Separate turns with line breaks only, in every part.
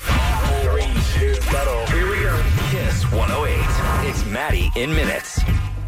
Three, two, metal. Here we go. Kiss 108. It's Maddie in minutes.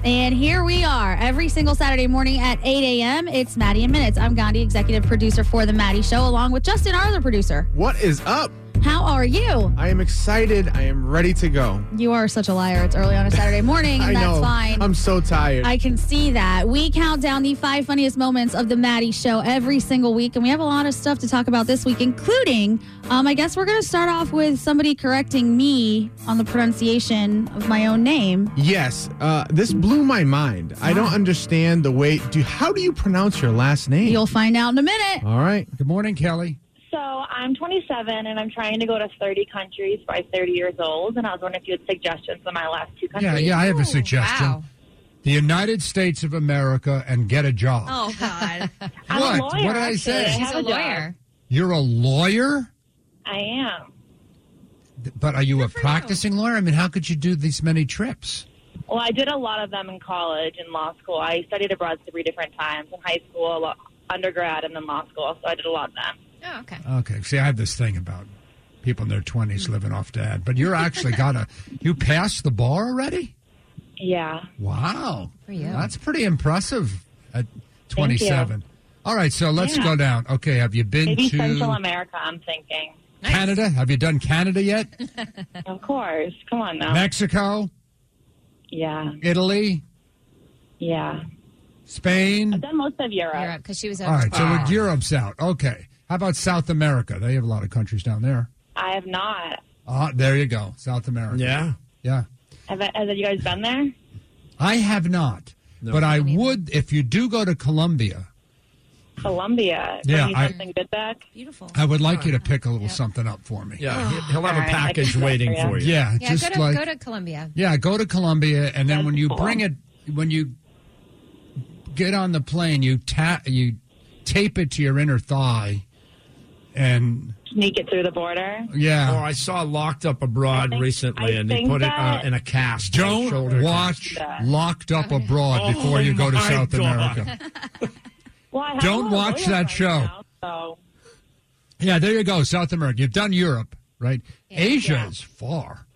And here we are every single Saturday morning at 8 a.m. It's Maddie in Minutes. I'm Gandhi, executive producer for The Maddie Show, along with Justin, our other producer.
What is up?
How are you?
I am excited. I am ready to go.
You are such a liar. It's early on a Saturday morning,
I
and that's
know.
fine.
I'm so tired.
I can see that. We count down the five funniest moments of the Maddie Show every single week, and we have a lot of stuff to talk about this week, including, um, I guess we're going to start off with somebody correcting me on the pronunciation of my own name.
yes, uh, this blew my mind. I don't understand the way. Do how do you pronounce your last name?
You'll find out in a minute.
All right.
Good morning, Kelly.
So I'm 27 and I'm trying to go to 30 countries by 30 years old. And I was wondering if you had suggestions on my last two
Yeah,
countries.
yeah, I have a suggestion. The United States of America and get a job.
Oh God,
I'm
what?
a lawyer,
what did I
actually. I
say?
have
he's a
a job.
lawyer.
You're a lawyer,
I am.
but are you a practicing lawyer? I mean, how could you do these many trips?
Well, I did a lot of them in college and law school. I studied abroad three different times in high school, law- undergrad, and then law school. So I did a lot of them.
Oh, okay.
Okay. See, I have this thing about people in their 20s living off dad, but you're actually got a, you passed the bar already?
Yeah.
Wow.
For you.
That's pretty impressive at 27. All right, so let's
Yeah.
go down. Okay, have you been
Maybe
to
Central America, I'm thinking.
Canada? Have you done Canada yet?
of course. Come on now.
Mexico,
Yeah.
Italy,
Yeah.
Spain?
I've done most of Europe.
Europe, because she was
All
over.
right, so we're- Europe's out. Okay. How about South America? They have a lot of countries down there.
I have not.
Ah, there you go. South America.
Yeah.
Yeah.
Have, have you guys been there?
I have not. but I would if you do go to Colombia.
Colombia.
Yeah,
Bring you
I-
something good back.
Beautiful.
I would like you to pick a little something up for me.
Yeah, he- he'll have
All right, I
a package
can do that
waiting
for you.
for you.
Yeah,
Yeah,
just
go to
like
go to Colombia.
yeah, go to Colombia, and then when you
cool.
bring it, when you get on the plane, you ta- you tape it to your inner thigh, and
Sneak it through the border.
yeah,
Oh, I saw Locked Up Abroad
think-
recently,
I
and they
think
put it uh,
that-
in a cast. a shoulder
don't
cast.
watch
that.
Locked Up Abroad before you go to
Oh my
South
God.
America.
Well, I have
Don't
a lot of
watch
lawyers
that
right
show.
now, so
Yeah, there you go, South America. You've done Europe, right? Asia
Yeah.
is far.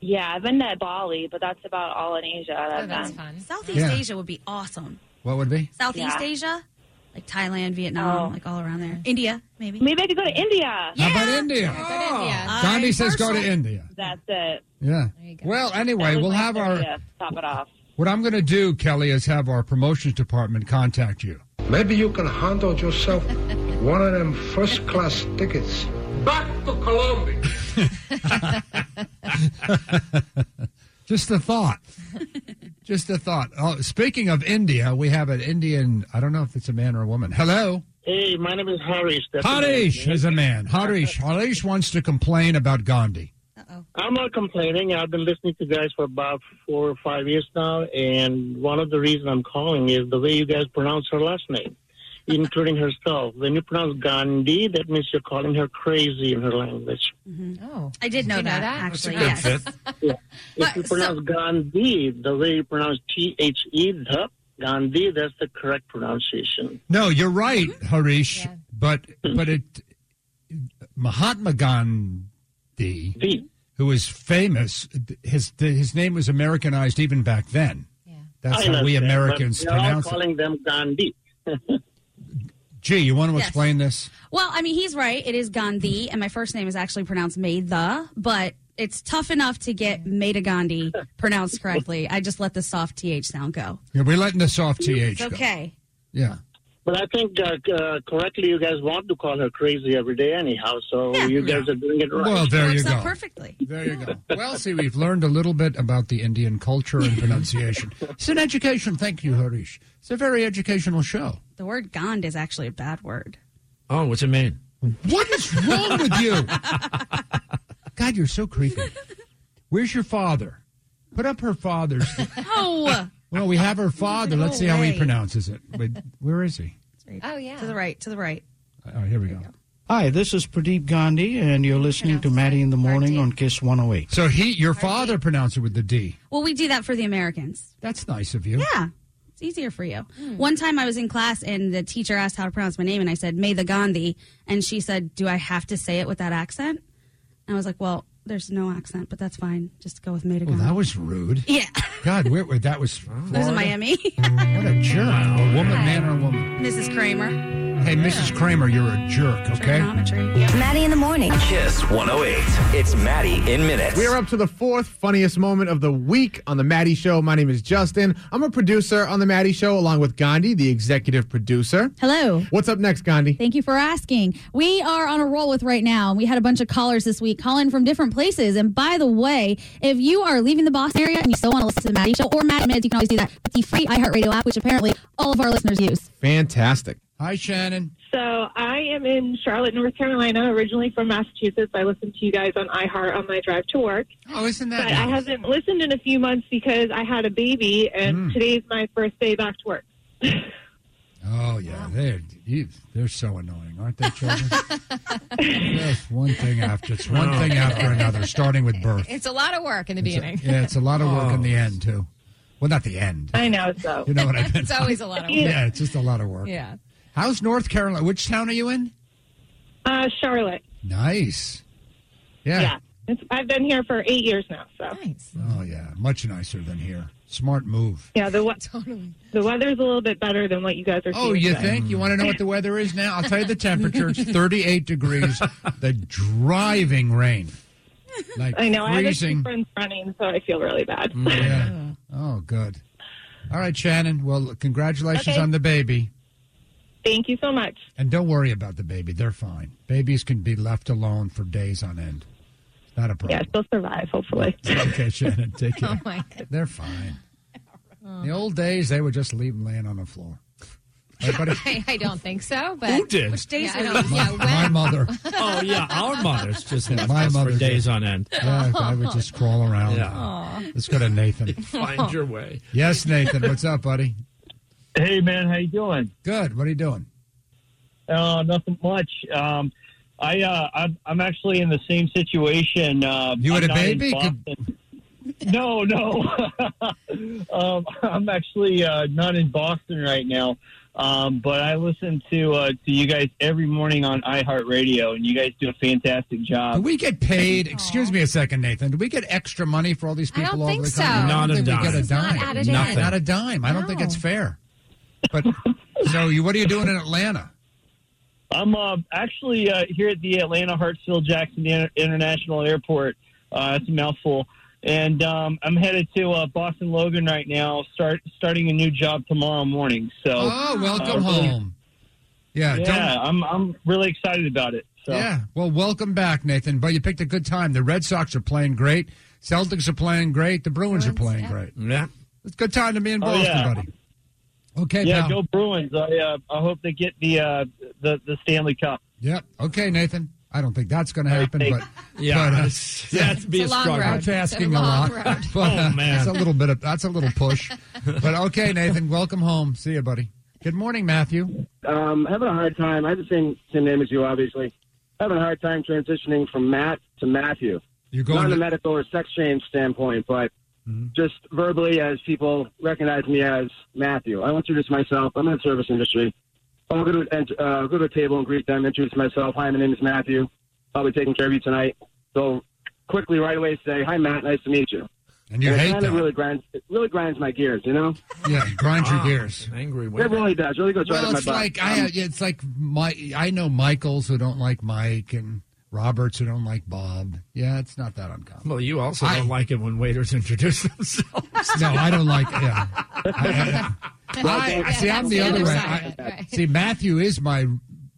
yeah, I've been to Bali, but that's about all in Asia. that
Oh,
I've
that's
been.
fun.
Southeast
Yeah.
Asia would be awesome.
What would it be?
Southeast
Yeah.
Asia, like Thailand, Vietnam,
Oh.
like all around there. India, maybe.
Maybe I could go to India.
How about India? Oh.
Yeah.
Gandhi says go to India.
That's it.
Yeah.
go.
Well,
That
anyway,
was
we'll
my
have our
30th. top it off.
What I'm going to do, Kelly, is have our promotions department contact you.
Maybe you can handle yourself one of them first class tickets. Back to Colombia.
Just a thought. Just a thought. Oh, speaking of India, we have an Indian. I don't know if it's a man or a woman. Hello,
Hey, my name is Harish. That's
Harish is a man. Harish. Harish wants to complain about Gandhi.
I'm not complaining. I've been listening to you guys for about four or five years now, and one of the reasons I'm calling is the way you guys pronounce her last name, including herself. When you pronounce Gandhi, that means you're calling her crazy in her language.
Oh,
I did know,
you know
that,
that?
actually.
That's
yes.
it.
If you
But, so-
pronounce Gandhi, the way you pronounce T H E, the Gandhi, that's the correct pronunciation.
No, you're right, Harish.
Yeah.
But but it Mahatma Gandhi,
The
who was famous, his his name was Americanized even back then.
yeah.
That's
I
how we
understand, but
Americans
They're all
pronounce it.
calling them Gandhi.
Gee, you want to
Yes.
explain this?
Well, I mean, he's right. It is Gandhi, and my first name is actually pronounced May the, but it's tough enough to get Maida Gandhi pronounced correctly. I just let the soft th sound go.
Yeah, we're letting the soft th
It's
go.
okay.
Yeah.
But I think uh, uh, correctly, you guys want to call her crazy every day, anyhow. So
Yeah.
you guys are doing it right.
Well, there you
Works
go.
out perfectly.
There you go. Well, see, we've learned a little bit about the Indian culture and pronunciation. It's an education. Thank you, Harish. It's a very educational show.
The word Gand is actually a bad word.
Oh, what's it mean?
What is wrong with you? God, you're so creepy. Where's your father? Put up her father's.
Oh.
Well, we have her father. Let's see how he
way.
pronounces it. Wait, where is he?
Oh yeah. To the right. To the right.
Oh, here we go.
Hi, this is Pradeep Gandhi, and you're listening to Maddie in the Morning on Kiss 108.
So he, your father, pronounced it with the D.
Well, we do that for the Americans.
That's nice of you.
Yeah. It's easier for you.
Hmm.
One time I was in class and the teacher asked how to pronounce my name and I said, May the Gandhi. And she said, Do I have to say it with that accent? And I was like, Well, there's no accent, but that's fine. Just go with May the
Well,
Gandhi.
that was rude.
Yeah.
God, where, where that was.
That was in
Florida.
Miami.
What a jerk. A woman, man, or a woman.
Mrs. Kramer.
Hey, Mrs. Kramer, you're a jerk, okay?
Maddie in the morning.
Kiss 108. It's Maddie in minutes.
We are up to the fourth funniest moment of the week on The Maddie Show. My name is Justin. I'm a producer on The Maddie Show along with Gandhi, the executive producer.
Hello.
What's up next, Gandhi?
Thank you for asking. We are on a roll with right now. We had a bunch of callers this week calling from different places. And by the way, if you are leaving the Boston area and you still want to listen to the Maddie Show or Matt Minutes, you can always do that with the free iHeartRadio app, which apparently all of our listeners use.
Fantastic.
Hi, Shannon.
So I am in Charlotte, North Carolina, originally from Massachusetts. I listen to you guys on iHeart on my drive to work.
Oh, isn't
But I haven't listened in a few months because I had a baby,
Hmm.
and today's my first day back to work.
Oh, yeah. They're, you, they're so annoying, aren't they, children? Just one thing after it's one thing after another, starting with birth.
Oh. It's a lot of work in the beginning. Oh.
Yeah, it's a lot of work in the end, too. Well, not the end.
I know. So
You know what I mean?
It's always a lot of work.
Yeah, it's just a lot of work.
Yeah.
How's North Carolina? Which town are you in?
Uh, Charlotte.
Nice. Yeah.
It's, I've been here for eight years now. So
Oh, yeah. Much nicer than here. Smart move.
yeah, the what? The weather's a little bit better than what you guys are.
Oh,
seeing
you
today.
think? You want to know what the weather is now? I'll tell you the temperature. It's 38 degrees. The driving rain. Like
I know. I have a few
freezing.
friends running, so I feel really bad.
Mm, yeah. Oh, good. All right, Shannon. Well, congratulations on the baby.
Thank you so much.
And don't worry about the baby. They're fine. Babies can be left alone for days on end. It's not a problem.
Yeah, they'll survive, hopefully.
Okay, Shannon. Take care.
Oh my god.
They're fine. In the old days, they would just leave them laying on the floor. Everybody,
I, I don't think so. But
Who did?
Which days
Yeah, I
were
don't-
those? Yeah. When?
my mother.
Oh yeah, our mothers just left
My
us for
mother
days
did.
on end.
Yeah, I would just crawl around.
Yeah.
Let's go to Nathan.
Find your way.
Yes, Nathan. What's up, buddy?
Hey man, how you doing?
Good. What are you doing?
Uh, nothing much. Um, I uh, I'm, I'm actually in the same situation. Uh,
You had
I'm
a
not in
baby? Could-
Boston. no, no. um, I'm actually uh, not in Boston right now, um, but I listen to uh, to you guys every morning on iHeartRadio, and you guys do a fantastic
Do
job.
we get paid? Excuse me a second, Nathan. Do we get extra money for all these
I
people?
don't
all
think
over the
so.
country? I
Not a
don't think
dime.
We get a
It's not
dime.
added in. Nothing.
Not a dime. I don't think it's fair. But so, you, what are you doing in Atlanta?
I'm uh, actually uh, here at the Atlanta Hartsfield Jackson Inter- International Airport. Uh, it's a mouthful, and um, I'm headed to uh, Boston Logan right now. Start starting a new job tomorrow morning. So,
Oh, welcome
really-
home. Yeah, don't-
yeah, I'm I'm really excited about it. So.
Yeah. Well, welcome back, Nathan. But you picked a good time. The Red Sox are playing great. Celtics are playing great. The Bruins are playing great.
Yeah.
It's a good time to be in
Oh,
Boston,
yeah.
buddy. Okay,
yeah,
pal.
go Bruins! I uh, I hope they get the uh, the the Stanley Cup.
Yep. Okay, Nathan. I don't think that's going to happen,
thanks.
but
Yeah,
but, uh,
that's- that's be It's a a long struggle. road.
That's asking
It's a
a,
long
lot.
road.
But,
Oh, man.
that's a little bit of that's a little push. but okay, Nathan. Welcome home. See you, buddy. Good morning, Matthew.
um, having a hard time. I have the same same name as you, obviously. Having a hard time transitioning from Matt to Matthew.
You're
not
going
on a
to-
medical or sex change standpoint, but just verbally as people recognize me as Matthew. I want to introduce myself. I'm in the service industry. I'll go to and, uh, go to a table and greet them. Introduce myself. Hi, my name is Matthew. I'll be taking care of you tonight. So quickly, right away, say hi, Matt. Nice to meet you.
And you
it
hate
kinda
that.
really Ah. grinds. It really grinds my gears. You know.
Yeah, grind your gears.
Angry
It really does. Really goes right
Well,
up my
it's
butt.
like I,
Um,
it's like my I know Michaels who don't like Mike and Roberts who don't like Bob. Yeah, it's not that uncommon.
Well, you also don't like it when waiters introduce themselves.
No, I don't like. Yeah, I, I- I-
Yeah,
see.
that's
I'm the
the
other
other
way.
side
I-
of it, right.
See, Matthew is my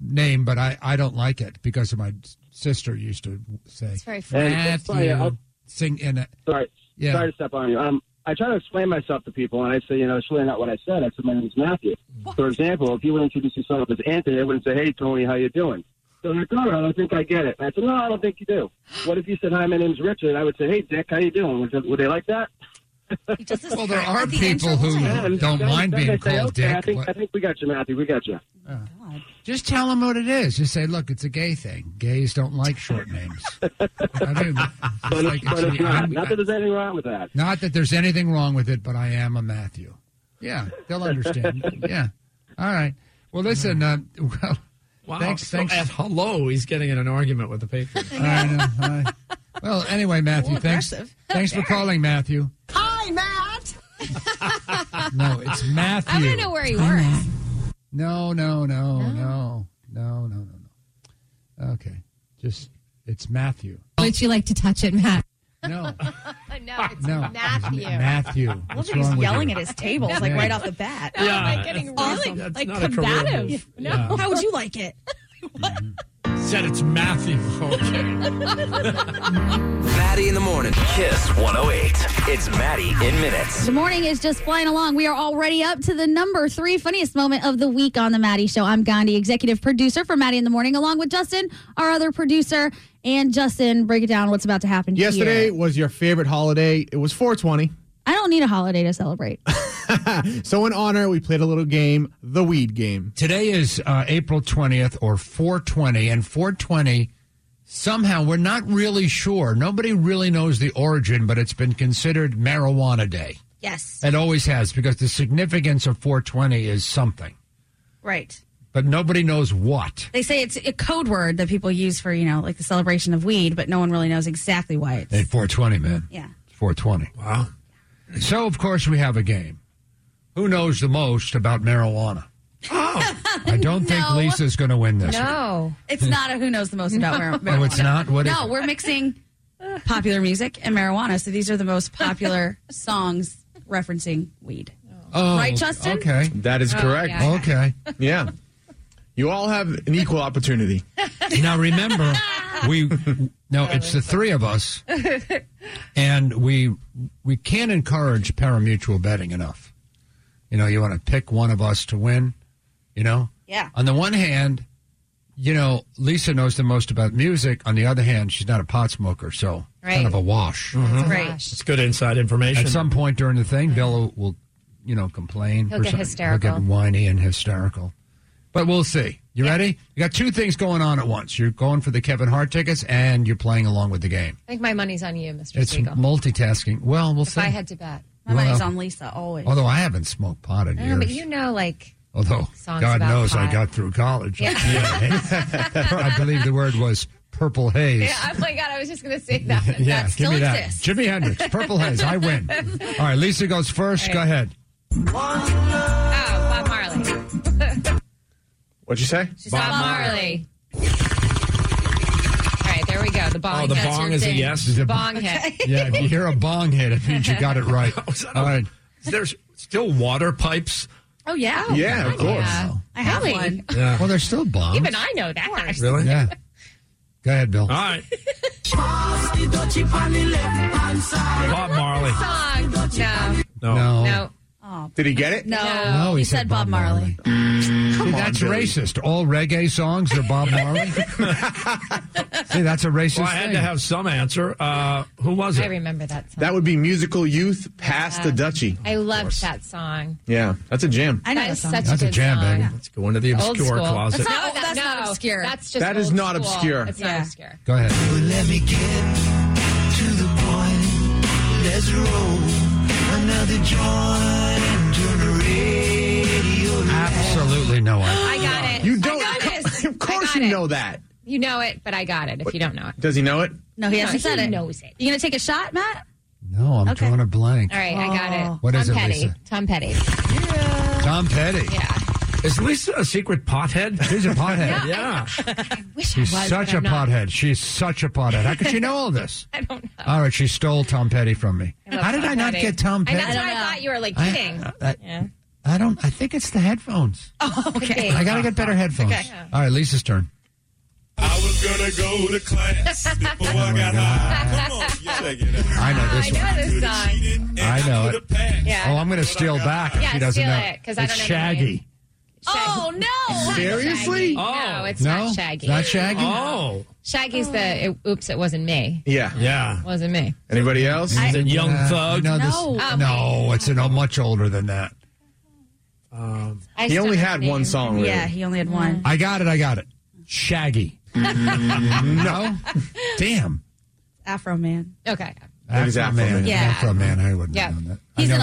name, but I, I don't like it because of my sister used to say
It's very funny. Hey, it's
Matthew
funny, I'll-
sing in it.
Sorry.
Yeah.
Sorry to step on you. Um, I try to explain myself to people, and I say, you know, it's really not what I said. I said my name's Matthew. For example, if you would introduce yourself as Anthony, I wouldn't say, "Hey, Tony, how you doing?" They're like, all right, I think I get it. And I said, no, I don't think you do. What if you said, hi, my name's Richard? I would say, hey, Dick, how you doing? Would, would they like that?
well, there are people who
And
don't
then-
mind
then
being
they say,
called
okay, I
Dick.
think, I think we got you, Matthew. We got you.
Just tell them what it is. Just say, look, it's a gay thing. Gays don't like short names. I mean,
But it's,
like,
but
it's-
it's not.
I'm-
Not that there's anything wrong with that.
not that there's anything wrong with it, but I am a Matthew. Yeah, they'll understand. yeah. All right. Well, listen. Uh, well,
Wow.
thanks.
So
Thanks.
at hello, he's getting in an argument with the patron.
I know. I- well, anyway, Matthew. thanks.
aggressive.
Thanks for calling, Matthew.
Hi, Matt.
No, it's Matthew.
I want to know where he works.
No, no, no, no, no, no, no, no. Okay, just it's Matthew.
Would you like to touch it, Matt?
No.
no,
it's No, it's Matthew. Matthew. What's
Look at
wrong
he's
with
yelling
you?
at his tables like
Yeah.
right off the bat.
No, Yeah, like, getting
That's
really,
awesome.
that's
like
not a career
combative.
move. Yeah.
How would you like it?
Said it's Matthew.
Maddie in the morning. Kiss 108. It's Maddie in minutes.
The morning is just flying along. We are already up to the number three funniest moment of the week on the Maddie Show. I'm Gandhi, executive producer for Maddie in the Morning, along with Justin, our other producer. And Justin, break it down. What's about to happen
Yesterday
here.
was your favorite holiday. It was 420.
I don't need a holiday to celebrate.
So in honor, we played a little game, the weed game.
Today is uh, April 20th or 420, and 420, somehow we're not really sure. Nobody really knows the origin, but it's been considered marijuana day.
Yes.
It always has because the significance of 420 is something,
Right.
but nobody knows what.
They say it's a code word that people use for, you know, like the celebration of weed, but no one really knows exactly why it's.
At 420, man.
Yeah.
It's 420. Wow. So, of course, we have a game. Who knows the most about marijuana?
Oh.
I don't think
No.
Lisa's going to win this. one.
no. It's not a who knows the most about
No.
mar- marijuana.
Oh, it's not? What is
no,
it?
we're mixing popular music and marijuana. So these are the most popular songs referencing weed.
Oh,
right, Justin?
That is
Oh,
correct.
yeah.
Okay.
Yeah. You all have an equal opportunity.
Now remember, we no, it's the three of us, and we we can't encourage paramutual betting enough. You know, you want to pick one of us to win. You know,
Yeah.
on the one hand, you know Lisa knows the most about music. On the other hand, she's not a pot smoker, so it's kind
Right.
of a wash.
Mhm.
Right.
It's good inside information.
At some point during the thing, Bill will, you know, complain.
He'll
or
get
something. He'll
hysterical.
get whiny and hysterical. But we'll see. You ready? You got two things going on at once. You're going for the Kevin Hart tickets, and you're playing along with the game.
I think my money's on you, Mr.
It's
Siegel.
multitasking. Well, we'll
if
see.
I had to bet.
My Well- money's on
Lisa always.
Although I haven't smoked pot in
I
years.
know, but you know, like,
Although
Songs
God
about
knows I
pot.
got through college.
Yeah.
I believe the word was purple haze.
yeah, oh my God, I was just going to say that.
Yeah,
that still
give me that.
exists.
Jimi Hendrix, Purple Haze. I win. All right, Lisa goes first. Go ahead.
Oh, Bob Marley.
What'd you say?
She's Bob, Marley. All right, there we go. The bong.
Oh, the
That's
bong
your
is a
thing.
yes?
The bong hit.
Yeah, if you hear a bong hit, it means you got it right. All right.
There's still water pipes.
Oh, yeah.
Yeah, of course.
I have
Really?
one.
Yeah.
Well, there's still bombs.
Even I know that.
Really? Yeah. Go ahead, Bill. All
right.
Bob
Marley.
Song. No.
No. No.
No.
Did he get it?
No.
No, he, said, Bob Marley. See, that's racist. All reggae songs are Bob Marley. See, that's a racist
Well, I had
thing.
to have some answer. Uh, who was
I
it?
remember that song.
That would be musical youth past the duchy.
I loved that song.
Yeah, that's a jam.
I know That that is song. such a
that's
good jam, song. baby.
Let's go into the
Old school. That's not, that's not obscure. That's just
That is
old
not
school.
obscure.
It's
Yeah.
not obscure.
Go ahead.
Let me get to the point. Let's roll another joint. Turn the radio
Absolutely no idea.
I got it.
You don't.
I got it.
Of course, you know that.
You know it, but I got it. If you don't know it,
Does he know it?
No, he hasn't
No,
said
he
it.
knows it.
You going to take a shot, Matt?
No, I'm drawing a blank.
All right, I got it.
What
Oh. Tom
is it,
Petty.
Lisa?
Tom Petty.
Tom Petty.
Yeah.
Is Lisa a secret pothead?
She's a pothead.
yeah.
Wish I
She's
was,
such
but
a
I'm not.
pothead. She's such a pothead. How could she know all this?
I don't know.
All right, she stole Tom Petty from me.
I love
How did
Tom
I not
Petty.
get Tom
I-
Petty?
That's what I thought you were like
I-
kidding.
I-
yeah.
I don't. I think it's the headphones.
Oh,
okay.
I gotta get better headphones.
Okay.
All right, Lisa's turn.
I was gonna go to class before I got high. Come on, yeah. check it out.
I know this
I
one.
know this song.
I know it.
Yeah.
Oh, I'm gonna steal back if
Yeah,
she doesn't
steal
know.
it, 'cause I
it's
don't know the
Shaggy.
Oh no!
Seriously?
No, it's
No?
not Shaggy.
Not Shaggy? Oh.
Shaggy's the. It, oops, it wasn't me.
Yeah.
Yeah.
Wasn't me.
Anybody else?
Is it Young
Uh,
Thug?
No, this,
No. Oh.
no, it's an, oh, much older than that.
Um,
I He only still had
one song.
Yeah, he only had one.
I got it. I got it. Shaggy. no. Damn.
Afro Man.
Okay.
That
is
Afro
Afro Man. Yeah.
Afro Man. I wouldn't.
Yeah.
He's an.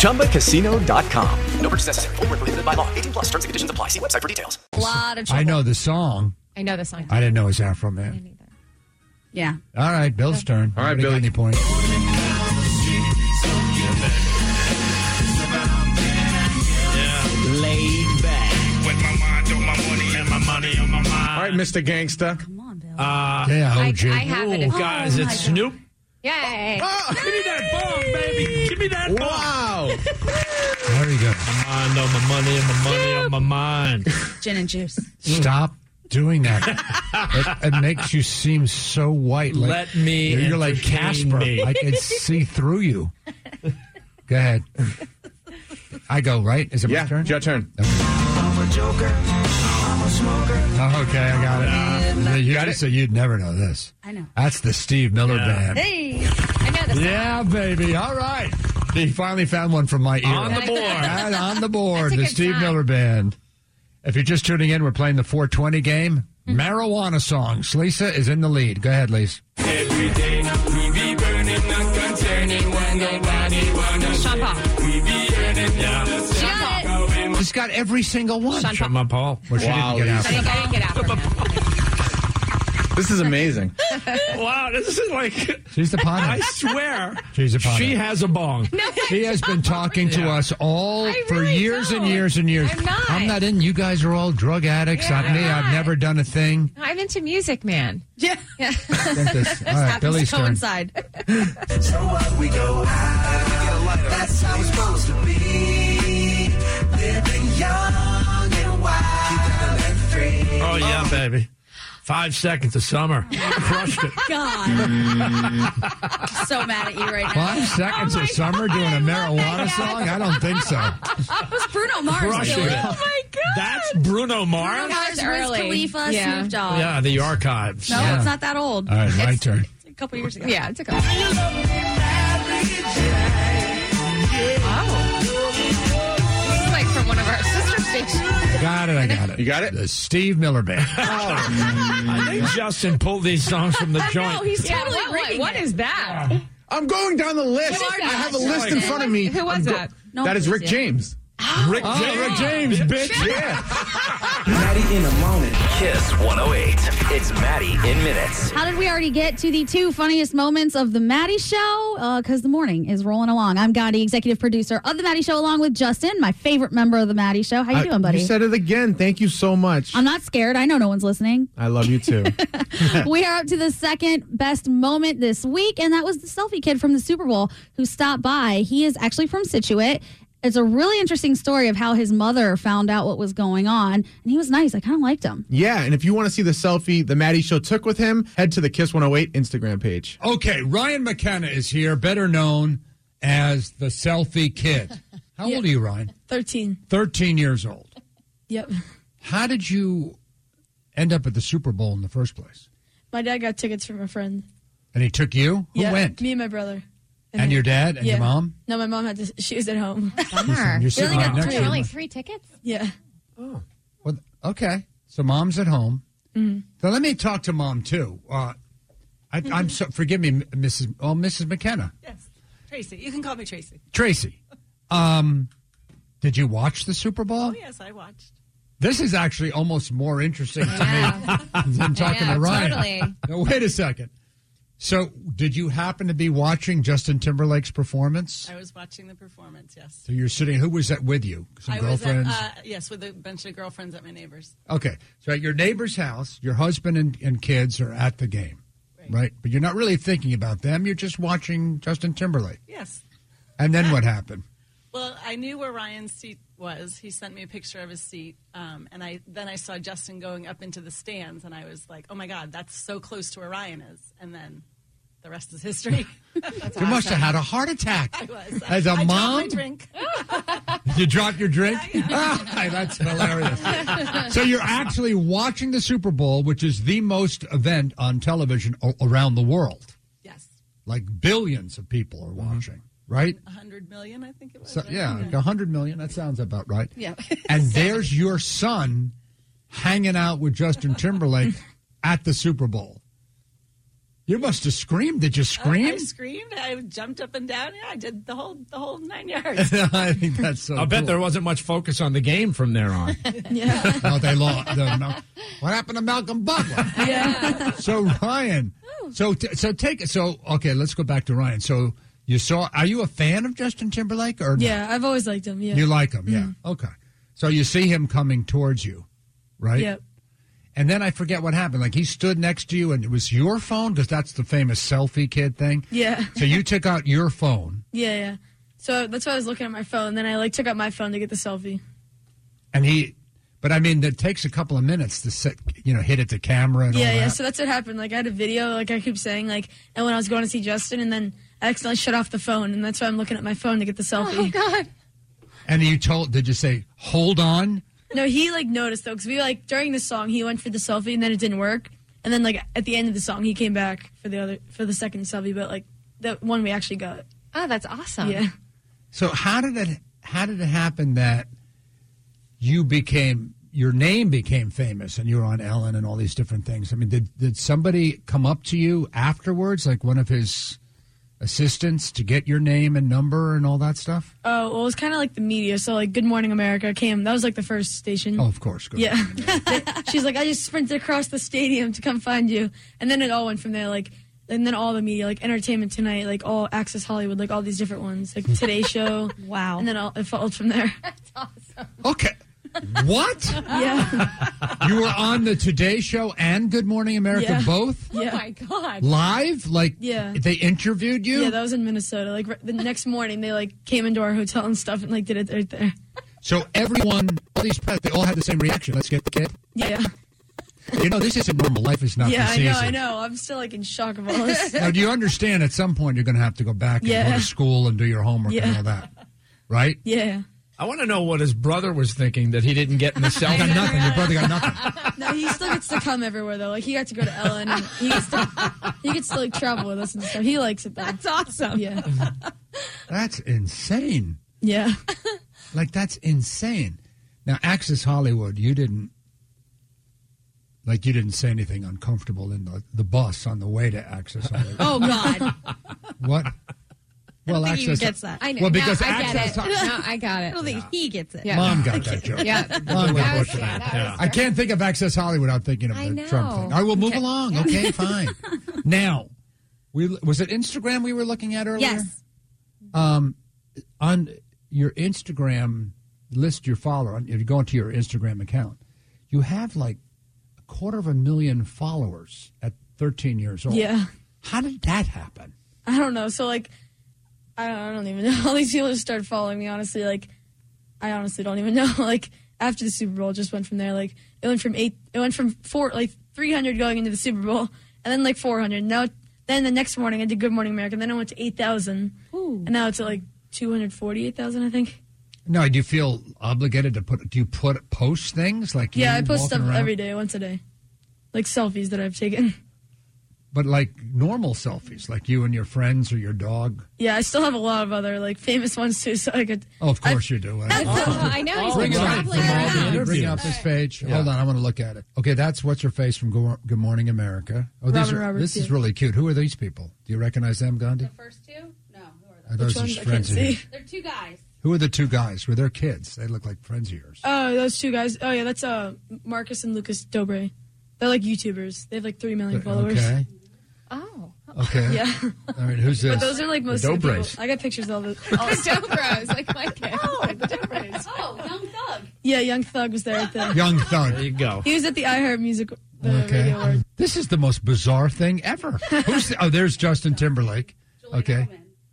ChumbaCasino.com. No purchase necessary. Void where prohibited by law. 18 plus. Terms and conditions apply. See website for details.
A lot of trouble.
I know the song.
I know the song.
I didn't know it's Afro Man.
Yeah.
All right, Bill's turn. All right, Billy. Any point?
Laid back.
With my mind on my money and my money on my mind.
All right, Mr. Gangsta. Come
on, Bill.
Uh,
Yeah,
I-
OG.
I have it.
Ooh, guys,
Oh, my
it's Snoop.
Yay!
Give me that bomb, baby. Give me that bomb.
Wow.
There you go.
My mind on my money and my money on my mind.
Gin and juice.
Stop doing that. it, it makes you seem so white. Like,
Let me
You're, you're like
entertain
Casper.
me.
I can see through you. Go ahead. I go right. Is it my turn?
Your turn.
I'm a joker. I'm a smoker.
Oh, okay, I got it.
Nah.
you said you'd never know this.
I know.
That's the Steve Miller band.
Hey, I know the song.
Yeah, baby. All right. He finally found one from my ear.
On the board.
And on the board,
That's a
the
good
Steve
sign.
Miller Band. If you're just tuning in, we're playing the 420 game. Marijuana songs. Lisa is in the lead. Go ahead, Lisa.
Every day we be burning, not concerning when nobody wanna Sean Paul. We be earning, yeah. Sean Paul.
She's got every single one.
Sean Paul.
my Paul. Well, she
Wow,
didn't get
I didn't, I didn't get Afro Man.
This is amazing.
wow, this is like.
She's the potter.
I swear.
She's a potter.
She has a bong.
she has been talking to us all for years and years and years.
I'm not.
I'm not in. You guys are all drug addicts.
Yeah,
not
I'm
me. I've
not.
never done a thing.
I'm into music, man. Yeah. yeah.
this- all right, Billy's turn.
So up we go out. That's how it's supposed to be. Living young and wild and free.
Oh, yeah, baby. Five seconds of summer. Crushed it.
God. so mad at you right now.
Five
Oh
seconds of summer doing a marijuana song? I don't think so.
That was Bruno Mars.
Crushing
Billy.
it.
Oh my God.
That's Bruno Mars?
Bruno Mars, Wiz
early.
Khalifa,
Yeah.
Snoop Dogg.
Yeah, the archives.
No, it's not that old.
All right, my
It's
turn.
a couple years ago.
Yeah, it's a couple.
Oh.
This is like from one of our sister stations.
Got it. I got it. You got it? The Steve Miller Band.
Oh. I think Justin pulled these songs from the joint.
Yeah, what- what- what is that?
I'm going down the list.
What is
I have a
that?
list in
Who
front of
was-
me.
who was
I'm
that? No
that is
one
Rick
was yet.
James.
Rick
Oh,
James.
Rick James, bitch. Yeah.
Maddie in the morning. Kiss 108. It's Maddie in minutes.
How did we already get to the two funniest moments of the Maddie Show? Because the morning is rolling along. I'm Gandhi, executive producer of the Maddie Show, along with Justin, my favorite member of the Maddie Show. How you
I-
doing, buddy?
You said it again. Thank you so much.
I'm not scared. I know no one's listening.
I love you too.
we are up to the second best moment this week, and that was the selfie kid from the Super Bowl who stopped by. He is actually from Situate. It's a really interesting story of how his mother found out what was going on, and he was nice. I kind of liked him.
yeah, and if you want to see the selfie the Maddie Show took with him, head to the Kiss 108 Instagram page.
Okay, Ryan McKenna is here, better known as the selfie kid. How old are you, Ryan?
13.
13 years old.
Yep.
How did you end up at the Super Bowl in the first place?
My dad got tickets from a friend.
And he took you? Who
yeah,
went?
Me and my brother.
And your dad and your
Yeah.
mom?
No, my mom had to. She was at home.
Listen, you're sitting right next to him.
three tickets. Yeah. Oh.
Well, okay, so mom's at home.
Mm-hmm.
So let me talk to mom too. Uh, I, I'm so, forgive me, Mrs. Oh, Mrs. McKenna,
Yes. Tracy. You can call me Tracy.
Tracy. Um, did you watch the Super Bowl?
Oh, yes, I watched.
This is actually almost more interesting to me than talking
Yeah,
to Ryan.
totally.
Now, wait a second. So, did you happen to be watching Justin Timberlake's performance?
I was watching the performance. Yes.
So you're sitting. Who was that with you? Some
I
girlfriends.
was at, uh, yes with a bunch of girlfriends at my neighbors.
okay, so at your neighbor's house, your husband and, and kids are at the game, right. But you're not really thinking about them. You're just watching Justin Timberlake.
Yes.
And then what happened?
Well, I knew where Ryan's seat was. He sent me a picture of his seat, um, and I then I saw Justin going up into the stands, and I was like, "Oh my God, that's so close to where Ryan is!" And then the rest is history.
you must have had a heart attack.
I was.
As a
I dropped my
mom?
drink.
You dropped your drink? Ah, that's hilarious. so you're actually watching the Super Bowl, which is the most event on television a- around the world.
Yes.
Like billions of people are
Mm-hmm.
watching, right?
100 million, I think it was.
So,
right?
yeah, like 100 million. That sounds about right.
Yeah.
And there's your son hanging out with Justin Timberlake at the Super Bowl. You must have screamed. Did you
Oh,
scream?
I screamed. I jumped up and down. Yeah, I did the whole the whole nine yards.
I think that's so.
I'll bet there wasn't much focus on the game from there on.
All day long. The Mal- what happened to Malcolm Butler?
Yeah.
So Ryan, so t- so take so okay. Let's go back to Ryan. So you saw. Are you a fan of Justin Timberlake or? no?
Yeah, I've always liked him. Yeah. Mm-hmm.
You like him, yeah. Okay. So you see him coming towards you, right?
Yep.
And then I forget what happened. Like he stood next to you, and it was your phone because that's the famous selfie kid thing.
Yeah.
So you took out your phone,
Yeah, yeah. So that's why I was looking at my phone. Then I like took out my phone to get the selfie.
and he. But I mean, that takes a couple of minutes to set, you know, hit at the camera and
yeah,
all that.
yeah. So that's what happened. Like I had a video, like I keep saying, like and when I was going to see Justin, and then I accidentally shut off the phone, and that's why I'm looking at my phone to get the selfie. Oh God.
and you told, did you say, "Hold on"?
No, he like noticed though, because we like during the song he went for the selfie and then it didn't work, and then like at the end of the song he came back for the other for the second selfie, but like the one we actually got.
Oh, that's awesome.
Yeah.
So how did it how did it happen that you became your name became famous and you were on Ellen and all these different things? I mean, did did somebody come up to you afterwards, like one of his assistants, to get your name and number and all that stuff?
Oh, well, it was kind of like the media. So like Good Morning America came. That was like the first station.
Oh, of course. Good
yeah. She's like, I just sprinted across the stadium to come find you, and then it all went from there. Like. And then all the media, like Entertainment Tonight, like all Access Hollywood, like all these different ones, like Today Show. wow. And then all, it followed from there.
Okay. What?
Yeah.
you were on the Today Show and Good Morning America
Yeah.
both
Yeah. Oh my God.
live? Like
Yeah.
they interviewed you?
Yeah, that was in Minnesota. Like r- the next morning, they like came into our hotel and stuff and like did it right there.
so everyone, all these press, they all had the same reaction. Let's get the kid.
Yeah,
You know, this isn't normal. Life is not
yeah,
the
I
season.
know, I know. I'm still like in shock of all this.
now, do you understand at some point you're going to have to go back and go
Yeah.
to school and do your homework and
Yeah.
all that, right?
yeah,
I want to know what his brother was thinking that he didn't get in the selfie.
got nothing. Your brother got nothing.
no, he still gets to come everywhere though. Like he got to go to Ellen. And he gets to, he gets to like travel with us and stuff. He likes it. Though. That's awesome. Yeah,
That's insane.
yeah.
Like, that's insane. Now, Access Hollywood, you didn't, like, you didn't say anything uncomfortable in the, the bus on the way to Access Hollywood.
Oh God.
What? Well,
think he
Access
gets that. I know.
Well,
No,
because
I get
Access
it. No, I got it. I don't think he gets it.
Mom got that joke.
Yeah.
Mom
That
got both
was-
of
yeah,
them.
that was
I can't think of Access Hollywood without thinking of
I
the
know.
Trump thing. I will move
Okay.
along.
Yeah.
Okay, fine. now, we was it Instagram we were looking at earlier?
Yes.
Um, on your Instagram list, your follower, if you go into your Instagram account, you have like a quarter of a million followers at 13 years old.
Yeah.
How did that happen?
I don't know. So like, I don't, I don't even know. All these people just started following me. Honestly, like, I honestly don't even know. Like after the Super Bowl, it just went from there. Like it went from eight. It went from four like three hundred going into the Super Bowl, and then like four hundred. Now then the next morning I did Good Morning America. and Then I went to eight thousand, and now it's at like two hundred forty-eight thousand. I think.
No, do you feel obligated to put? Do you put post things like?
yeah,
you
I post
walking
stuff
around?
every day, once a day, like selfies that I've taken.
but like normal selfies, like you and your friends or your dog.
Yeah, I still have a lot of other like famous ones too. So I could.
Oh, of course you do.
That's
Oh,
so-
I know, he's
bring
been
it up.
traveling
Bring
around.
up the-
Interviews.
Bring up this page. Hold on, I want to look at it. Okay, that's what's her face from Go- Good Morning America. Oh, these
Robin
are,
Roberts,
this is
yeah.
really cute. Who are these people? Do you recognize them, Gandhi?
First two? No. Who are
Are those his
I
friends of
can't
yours?
see.
They're two guys.
Who are the two guys? Were their kids? They look like friends of yours.
Oh, those two guys. Oh yeah, that's uh Marcus and Lucas Dobre. They're like YouTubers. They have like three million followers.
Okay.
Oh.
Okay.
Yeah.
All right, who's this?
But those are like most of the people. I got pictures of all the
Oh, Dobros, like my kids. Oh,
the Dobros. Oh, Young Thug. Yeah, Young Thug was there at the.
Young Thug.
There you go.
He was at the iHeart Music. The
Okay.
radio award.
This is the most bizarre thing ever. Who's the, oh, there's Justin Timberlake. Okay.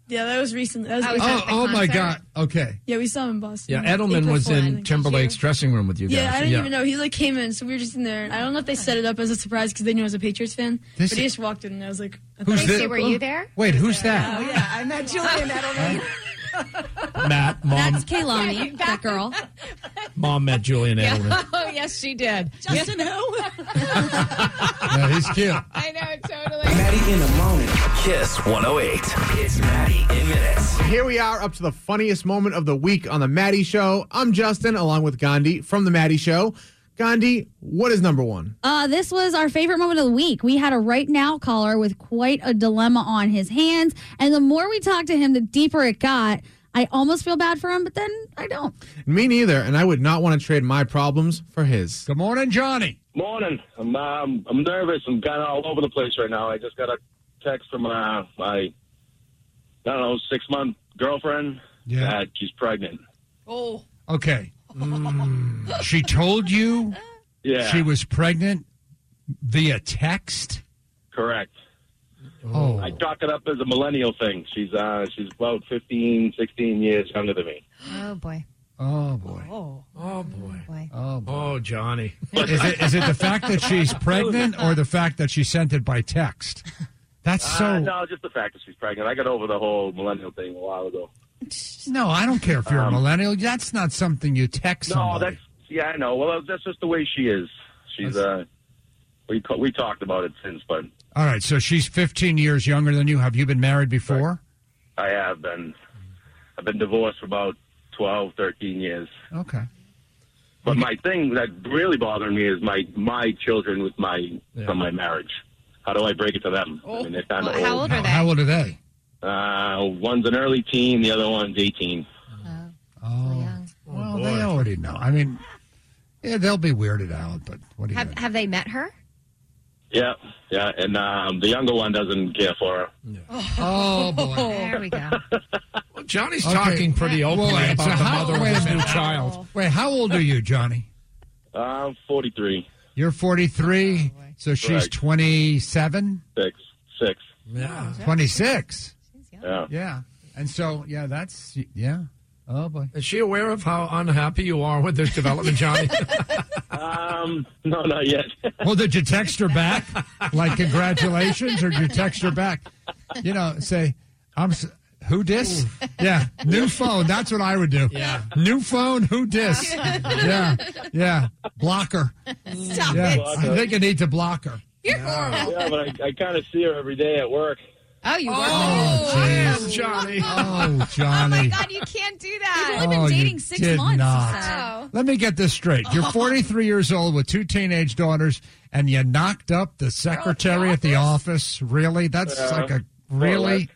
Yeah, that was recently. That was
Oh,
I was at the
oh my
concert.
God. Okay.
Yeah, we saw him in Boston.
Yeah, Edelman
April
was
4th, I
in
think.
Timberlake's dressing room with you guys.
Yeah, I didn't even know. He like came in, so we were just in there. And I don't know if they set it up as a surprise because they knew I was a Patriots fan.
This-
but he just walked in, and I was like, I
Who's
thought-
thi- Tracy, were you
there?
Wait, who's that?
Oh yeah, I met Julian Edelman.
Matt, mom,
That's Kaylani, that girl.
mom met Julian Edelman.
Oh, yes, she did. Justin who?
Yeah, he's cute.
I know, totally.
Maddie in the morning. Kiss 108. It's Maddie in minutes.
Here we are up to the funniest moment of the week on The Maddie Show. I'm Justin, along with Gandhi from The Maddie Show. Gandhi, what is number one?
Uh, this was our favorite moment of the week. We had a right now caller with quite a dilemma on his hands. And the more we talked to him, the deeper it got. I almost feel bad for him, but then I don't.
Me neither, and I would not want to trade my problems for his.
Good morning, Johnny.
Morning. I'm um, I'm nervous. I'm kind of all over the place right now. I just got a text from uh, my I don't know six month girlfriend
Yeah.
that she's pregnant.
Oh.
Okay. Mm. She told you
Yeah,
she was pregnant via text.
correct.
Oh.
I chalk it up as a millennial thing. She's uh, she's about 15, 16 years younger than me.
Oh, boy.
Oh boy.
Oh.
Oh boy.
boy.
Oh boy.
Oh, Johnny.
Is it is it the fact that she's pregnant or the fact that she sent it by text? That's so.
uh, no, just the fact that she's pregnant. I got over the whole millennial thing a while ago.
No, I don't care if you're a millennial. That's not something you text
No,
somebody.
Oh, that's yeah, I know. Well, that's just the way she is. She's uh, we co- we talked about it since, but
All right, so she's 15 years younger than you. Have you been married before?
I have been. I've been divorced for about 12, 13 years.
Okay.
But my thing that really bothered me is my my children with my from my marriage. How do I break it to them? I mean, they're kind of
Oh,
How old are they?
How old are they?
Uh, one's an early teen, the other one's 18.
Oh, well, they already know. I mean, yeah, they'll be weirded out, but what do you?
Have, have they met her?
Yeah, yeah, and um, the younger one doesn't care for her.
Oh, boy.
There we go.
Well, Johnny's
Okay.
talking pretty openly
Well, it's
about
a
the
hot-
mother of
wait a
his new
minute.
Oh,
child.
Wait, how old are you, Johnny?
I'm 43,
You're
Oh,
43, so she's
Correct.
27,
six, six.
Yeah.
26.
Yeah.
Yeah, and so yeah, that's yeah. Oh boy.
Is she aware of how unhappy you are with this development, Johnny?
Um, no, not yet.
Well, did you text her back? Like congratulations, or did you text her back? You know, say I'm. s- Who dis? Yeah, new phone. That's what I would do.
Yeah.
new phone. Who dis? Yeah, yeah. Blocker.
Stop
Yeah,
it.
I think I need to block her.
You're horrible.
yeah, but I, I kind of see her every day at work.
Oh, you were.
Oh, jeez.
Johnny.
Oh,
Oh, my
Johnny.
God, you can't do that.
They've only been
Oh, you
dating six
did
months.
not.
he said.
Oh.
Let me get this straight. You're 43 years old with two teenage daughters, and you knocked up the secretary at the office. Really? That's
Yeah.
like a
More or
really,
less.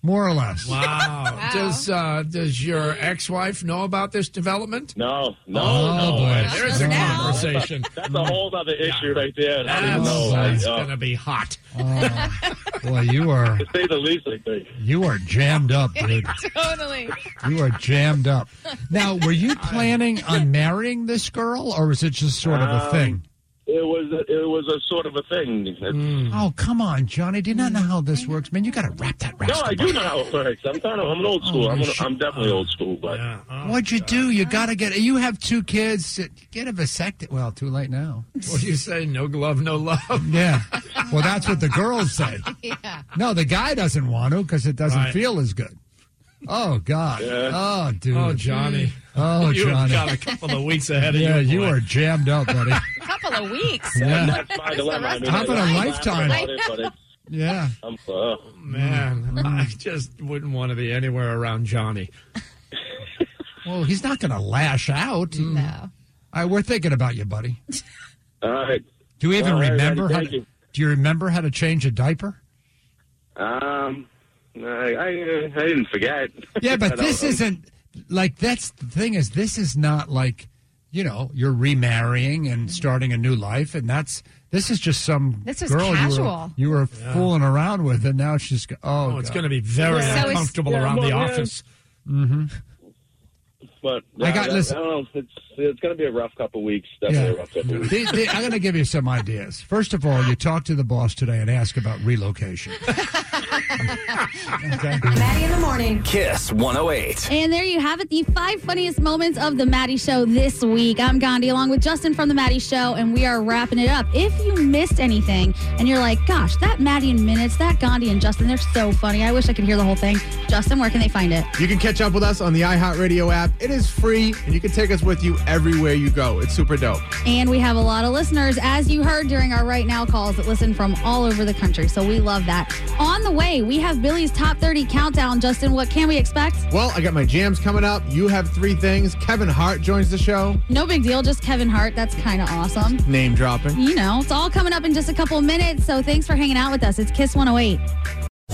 more or less.
Wow. Does uh, does your ex-wife know about this development?
No, no,
Oh,
no.
boy.
There's a
Now-
conversation.
That's a whole other issue right there. I don't even know. Like,
That's
uh,
going to be hot.
Oh, boy, you are
to say the least, I think.
you are jammed up, dude.
Totally.
You are jammed up. Now, were you planning on marrying this girl, or was it just sort of a
Um,
thing?
It was it was a sort of a thing. It's-
Oh, come on, Johnny. Do you not know how this works, man? You got to wrap that
No,
rascal.
I do know how it works. I'm kind of I'm an
Oh,
old school. I'm, an, I'm definitely old school, but
Yeah. Oh,
What'd you do? You got to get. You have two kids. Get a vasectomy. Well, too late now.
What do you say? No glove, no love.
Yeah. Well, that's what the girls say.
Yeah.
No, the guy doesn't want to because it doesn't
Right.
feel as good. Oh God.
Yeah.
Oh dude.
Oh, Johnny.
Oh
you have
Johnny.
got a couple of weeks ahead of
yeah,
you.
you
boy.
are jammed up, buddy.
A couple of weeks.
yeah.
that's my dilemma. I mean,
How
I
about a
laugh
lifetime?
about it, but it's-
Yeah.
I'm, uh,
Oh, Man, I just wouldn't want to be anywhere around Johnny.
Well, he's not going to lash out.
No.
All right, we're thinking about you, buddy.
all right.
Do you even
All right,
remember
Randy,
how?
thank
To,
you.
do you remember how to change a diaper?
Um, I I, uh, I didn't forget.
Yeah,
I
but
don't
this
know.
isn't like that's the thing is this is not like you know, you're remarrying and starting a new life, and that's this is just some
Mm-hmm. This is
girl you were-
casual.
you were,
Yeah.
fooling around with, and now she's go- oh,
Oh, it's gonna be very So it's- uncomfortable Yeah, around the well, yeah. office.
Mm-hmm.
But
I got-
I,
listen-
don't know. It's it's going to be a rough couple weeks. Definitely a rough couple weeks.
The- the- I'm going to give you some ideas. First of all, you talk to the boss today and ask about relocation.
Maddie in the morning.
Kiss 108.
And there you have it, the five funniest moments of the Maddie Show this week. I'm Gandhi along with Justin from the Maddie Show, and we are wrapping it up. If you missed anything and you're like, gosh, that Maddie in minutes, that Gandhi and Justin, they're so funny. I wish I could hear the whole thing. Justin, where can they find it?
You can catch up with us on the iHeartRadio app. It is free, and you can take us with you everywhere you go. It's super dope.
And we have a lot of listeners, as you heard during our right now calls, that listen from all over the country. So we love that. On the way, we have Billy's top 30 countdown. Justin, what can we expect?
Well, I got my jams coming up. You have three things. Kevin Hart joins the show.
No big deal, just Kevin Hart. That's kind of awesome.
Name dropping.
You know, it's all coming up in just a couple minutes. So thanks for hanging out with us. It's Kiss 108.